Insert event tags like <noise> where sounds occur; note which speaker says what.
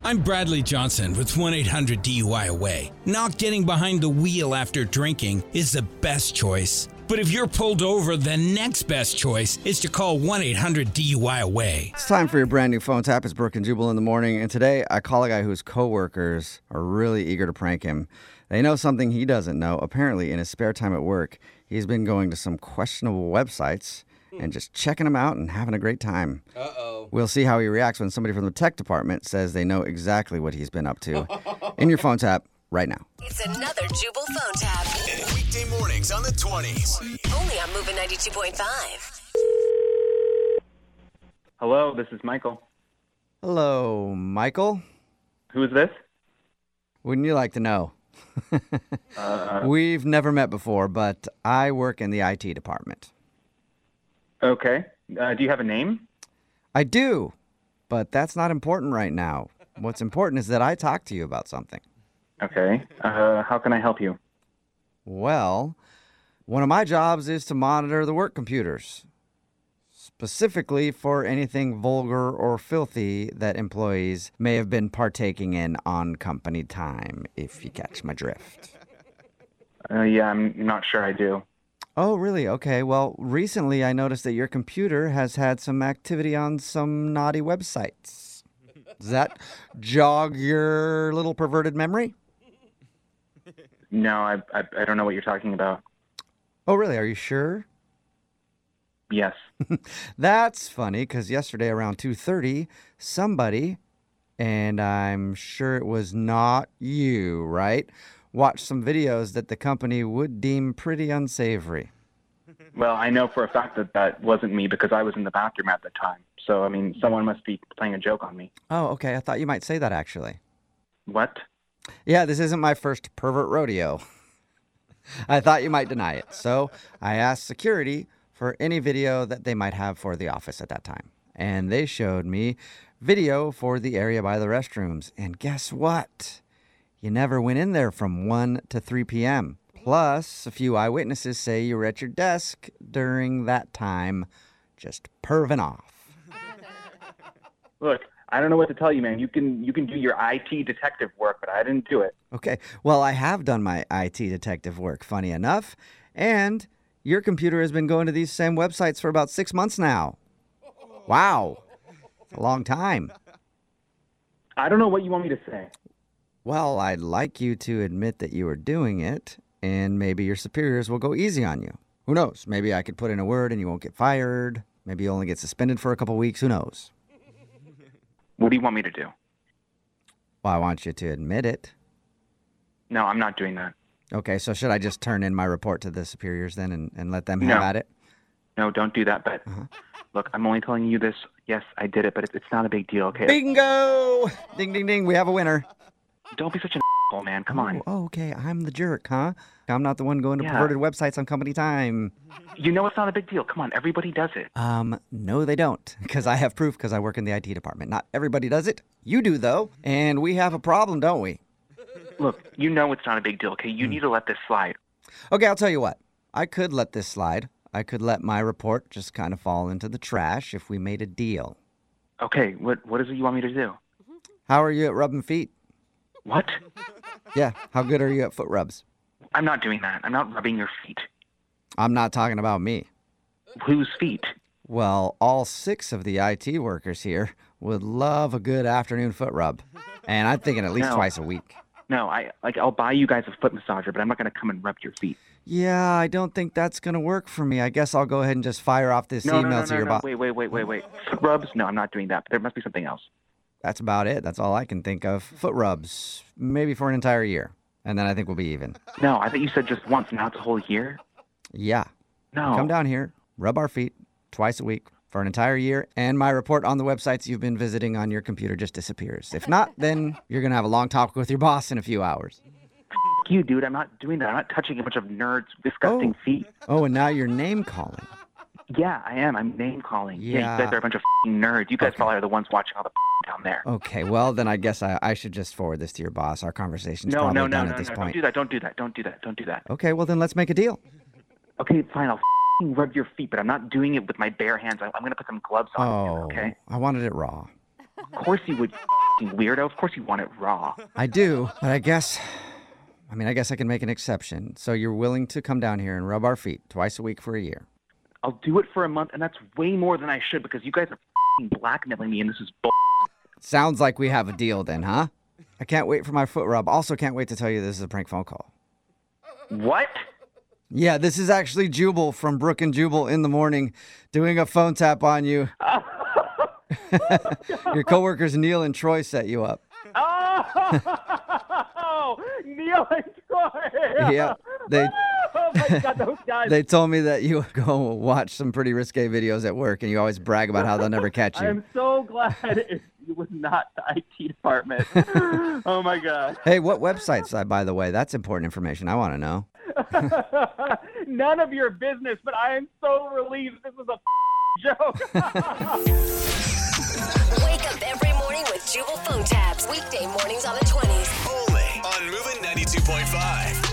Speaker 1: I'm Bradley Johnson with 1 800 DUI Away. Not getting behind the wheel after drinking is the best choice. But if you're pulled over, the next best choice is to call 1 800 DUI Away.
Speaker 2: It's time for your brand new phone tap. It's Brooke and Jubal in the morning, and today I call a guy whose coworkers are really eager to prank him. They know something he doesn't know. Apparently, in his spare time at work, he's been going to some questionable websites and just checking them out and having a great time. Uh oh. We'll see how he reacts when somebody from the tech department says they know exactly what he's been up to. in your phone tap right now.
Speaker 3: It's another Jubal phone tab.
Speaker 4: Weekday mornings on the 20s.
Speaker 3: Only on Moving 92.5.
Speaker 5: Hello, this is Michael.
Speaker 2: Hello, Michael.
Speaker 5: Who is this?
Speaker 2: Wouldn't you like to know? <laughs> We've never met before, but I work in the IT department.
Speaker 5: Okay. Uh, do you have a name?
Speaker 2: I do, but that's not important right now. What's important is that I talk to you about something.
Speaker 5: Okay. Uh, how can I help you?
Speaker 2: Well, one of my jobs is to monitor the work computers, specifically for anything vulgar or filthy that employees may have been partaking in on company time, if you catch my drift.
Speaker 5: Uh, yeah, I'm not sure I do.
Speaker 2: Oh, really? Okay. Well, recently I noticed that your computer has had some activity on some naughty websites. Does that jog your little perverted memory?
Speaker 5: No, I, I, I don't know what you're talking about.
Speaker 2: Oh, really? Are you sure?
Speaker 5: <laughs> Yes.
Speaker 2: That's funny cuz yesterday around 2:30, somebody and I'm sure it was not you, right? Watched some videos that the company would deem pretty unsavory.
Speaker 5: Well, I know for a fact that that wasn't me because I was in the bathroom at the time. So, I mean, someone must be playing a joke on me.
Speaker 2: Oh, okay. I thought you might say that actually.
Speaker 5: What?
Speaker 2: Yeah, this isn't my first pervert rodeo. I thought you might deny it. So I asked security for any video that they might have for the office at that time. And they showed me video for the area by the restrooms. And guess what? You never went in there from 1 to 3 p.m. Plus, a few eyewitnesses say you were at your desk during that time, just perving off.
Speaker 5: Look, I don't know what to tell you, man. You can you can do your IT detective work, but I didn't do it.
Speaker 2: Okay. Well, I have done my IT detective work, funny enough. And your computer has been going to these same websites for about six months now. Wow. It's a long time.
Speaker 5: I don't know what you want me to say.
Speaker 2: Well, I'd like you to admit that you were doing it, and maybe your superiors will go easy on you. Who knows? Maybe I could put in a word and you won't get fired. Maybe you only get suspended for a couple weeks. Who knows?
Speaker 5: What do you want me to do?
Speaker 2: Well, I want you to admit it.
Speaker 5: No, I'm not doing that.
Speaker 2: Okay, so should I just turn in my report to the superiors then and, and let them have
Speaker 5: No.
Speaker 2: at it?
Speaker 5: No, don't do that. But
Speaker 2: Mm-hmm.
Speaker 5: look, I'm only telling you this. Yes, I did it, but it's, it's not a big deal. Okay,
Speaker 2: Bingo! Ding, ding, ding. We have a winner.
Speaker 5: don't be such an asshole, man. Come on.
Speaker 2: Oh, oh, okay. I'm the jerk, huh? I'm not the one going to
Speaker 5: Yeah.
Speaker 2: perverted websites on company time.
Speaker 5: You know it's not a big deal. Come on, everybody does it.
Speaker 2: Um, no, they don't, because I have proof because I work in the IT department. Not everybody does it. You do, though. And we have a problem, don't we?
Speaker 5: Look, you know it's not a big deal. Okay,
Speaker 2: Mm.
Speaker 5: you need to let this slide.
Speaker 2: Okay, I'll tell you what. I could let this slide. I could let my report just kind of fall into the trash if we made a deal.
Speaker 5: Okay, what what is it you want me to do?
Speaker 2: How are you at rubbing feet?
Speaker 5: What?
Speaker 2: Yeah, how good are you at foot rubs?
Speaker 5: I'm not doing that. I'm not rubbing your feet.
Speaker 2: I'm not talking about me.
Speaker 5: Whose feet?
Speaker 2: Well, all six of the IT workers here would love a good afternoon foot rub. And I'm thinking at least
Speaker 5: No.
Speaker 2: twice a week.
Speaker 5: No, I like I'll buy you guys a foot massager, but I'm not gonna come and rub your feet.
Speaker 2: Yeah, I don't think that's going to work for me. I guess I'll go ahead and just fire off this
Speaker 5: No,
Speaker 2: email
Speaker 5: no, no,
Speaker 2: to
Speaker 5: no,
Speaker 2: your
Speaker 5: no.
Speaker 2: boss.
Speaker 5: Wait, wait, wait, wait, wait. Foot rubs? No, I'm not doing that. There must be something else.
Speaker 2: That's about it. That's all I can think of. Foot rubs, maybe for an entire year. And then I think we'll be even.
Speaker 5: No, I thought you said just once, not the whole year.
Speaker 2: Yeah.
Speaker 5: No.
Speaker 2: Come down here, rub our feet twice a week for an entire year, and my report on the websites you've been visiting on your computer just disappears. If not, then you're going to have a long talk with your boss in a few hours.
Speaker 5: F- you, dude. I'm not doing that. I'm not touching a bunch of nerds' disgusting
Speaker 2: Oh.
Speaker 5: feet.
Speaker 2: Oh, and now you're name calling.
Speaker 5: Yeah, I am. I'm name calling.
Speaker 2: Yeah.
Speaker 5: you guys are a bunch of f nerds. You guys probably are the ones watching all the f- down there.
Speaker 2: Okay, well, then I guess I, I should just forward this to your boss. Our conversation's
Speaker 5: No,
Speaker 2: probably
Speaker 5: no, no,
Speaker 2: done
Speaker 5: no,
Speaker 2: at
Speaker 5: no,
Speaker 2: this
Speaker 5: Don't
Speaker 2: point.
Speaker 5: do that. Don't do that. Don't do that. Don't do that.
Speaker 2: Okay, well, then let's make a deal.
Speaker 5: Okay, fine. I'll f***ing rub your feet, but I'm not doing it with my bare hands. I- I'm going to put some gloves on. you,
Speaker 2: Oh,
Speaker 5: okay?
Speaker 2: I wanted it raw.
Speaker 5: Of course you would. fucking weirdo. Of course you want it raw.
Speaker 2: I do, but I guess, I mean, I guess I can make an exception. So you're willing to come down here and rub our feet twice a week for a year.
Speaker 5: I'll do it for a month, and that's way more than I should because you guys are fing blackmailing me, and this is bull.
Speaker 2: Sounds like we have a deal then, huh? I can't wait for my foot rub. Also, can't wait to tell you this is a prank phone call. <laughs>
Speaker 5: What?
Speaker 2: Yeah, this is actually Jubal from Brook and Jubal in the morning doing a phone tap on
Speaker 5: <laughs>
Speaker 2: you. <laughs> Your coworkers Neil and Troy set you up.
Speaker 5: Oh, <laughs> Neil and
Speaker 2: <laughs>
Speaker 5: Troy.
Speaker 2: Yeah, they
Speaker 5: Oh my God, those guys.
Speaker 2: they told me that you <laughs> would go watch some pretty risque videos at work, and you always brag about how they'll never catch you.
Speaker 5: I'm so glad it was not the IT department. oh my God.
Speaker 2: Hey, what websites? uh, By the way, that's important information. I want to know.
Speaker 5: <laughs> None of your business, but I am so relieved this was a <laughs> joke. <laughs>
Speaker 3: Wake up every morning with Jubal phone tabs. Weekday mornings on the 20s.
Speaker 4: Only on Moving 92.5.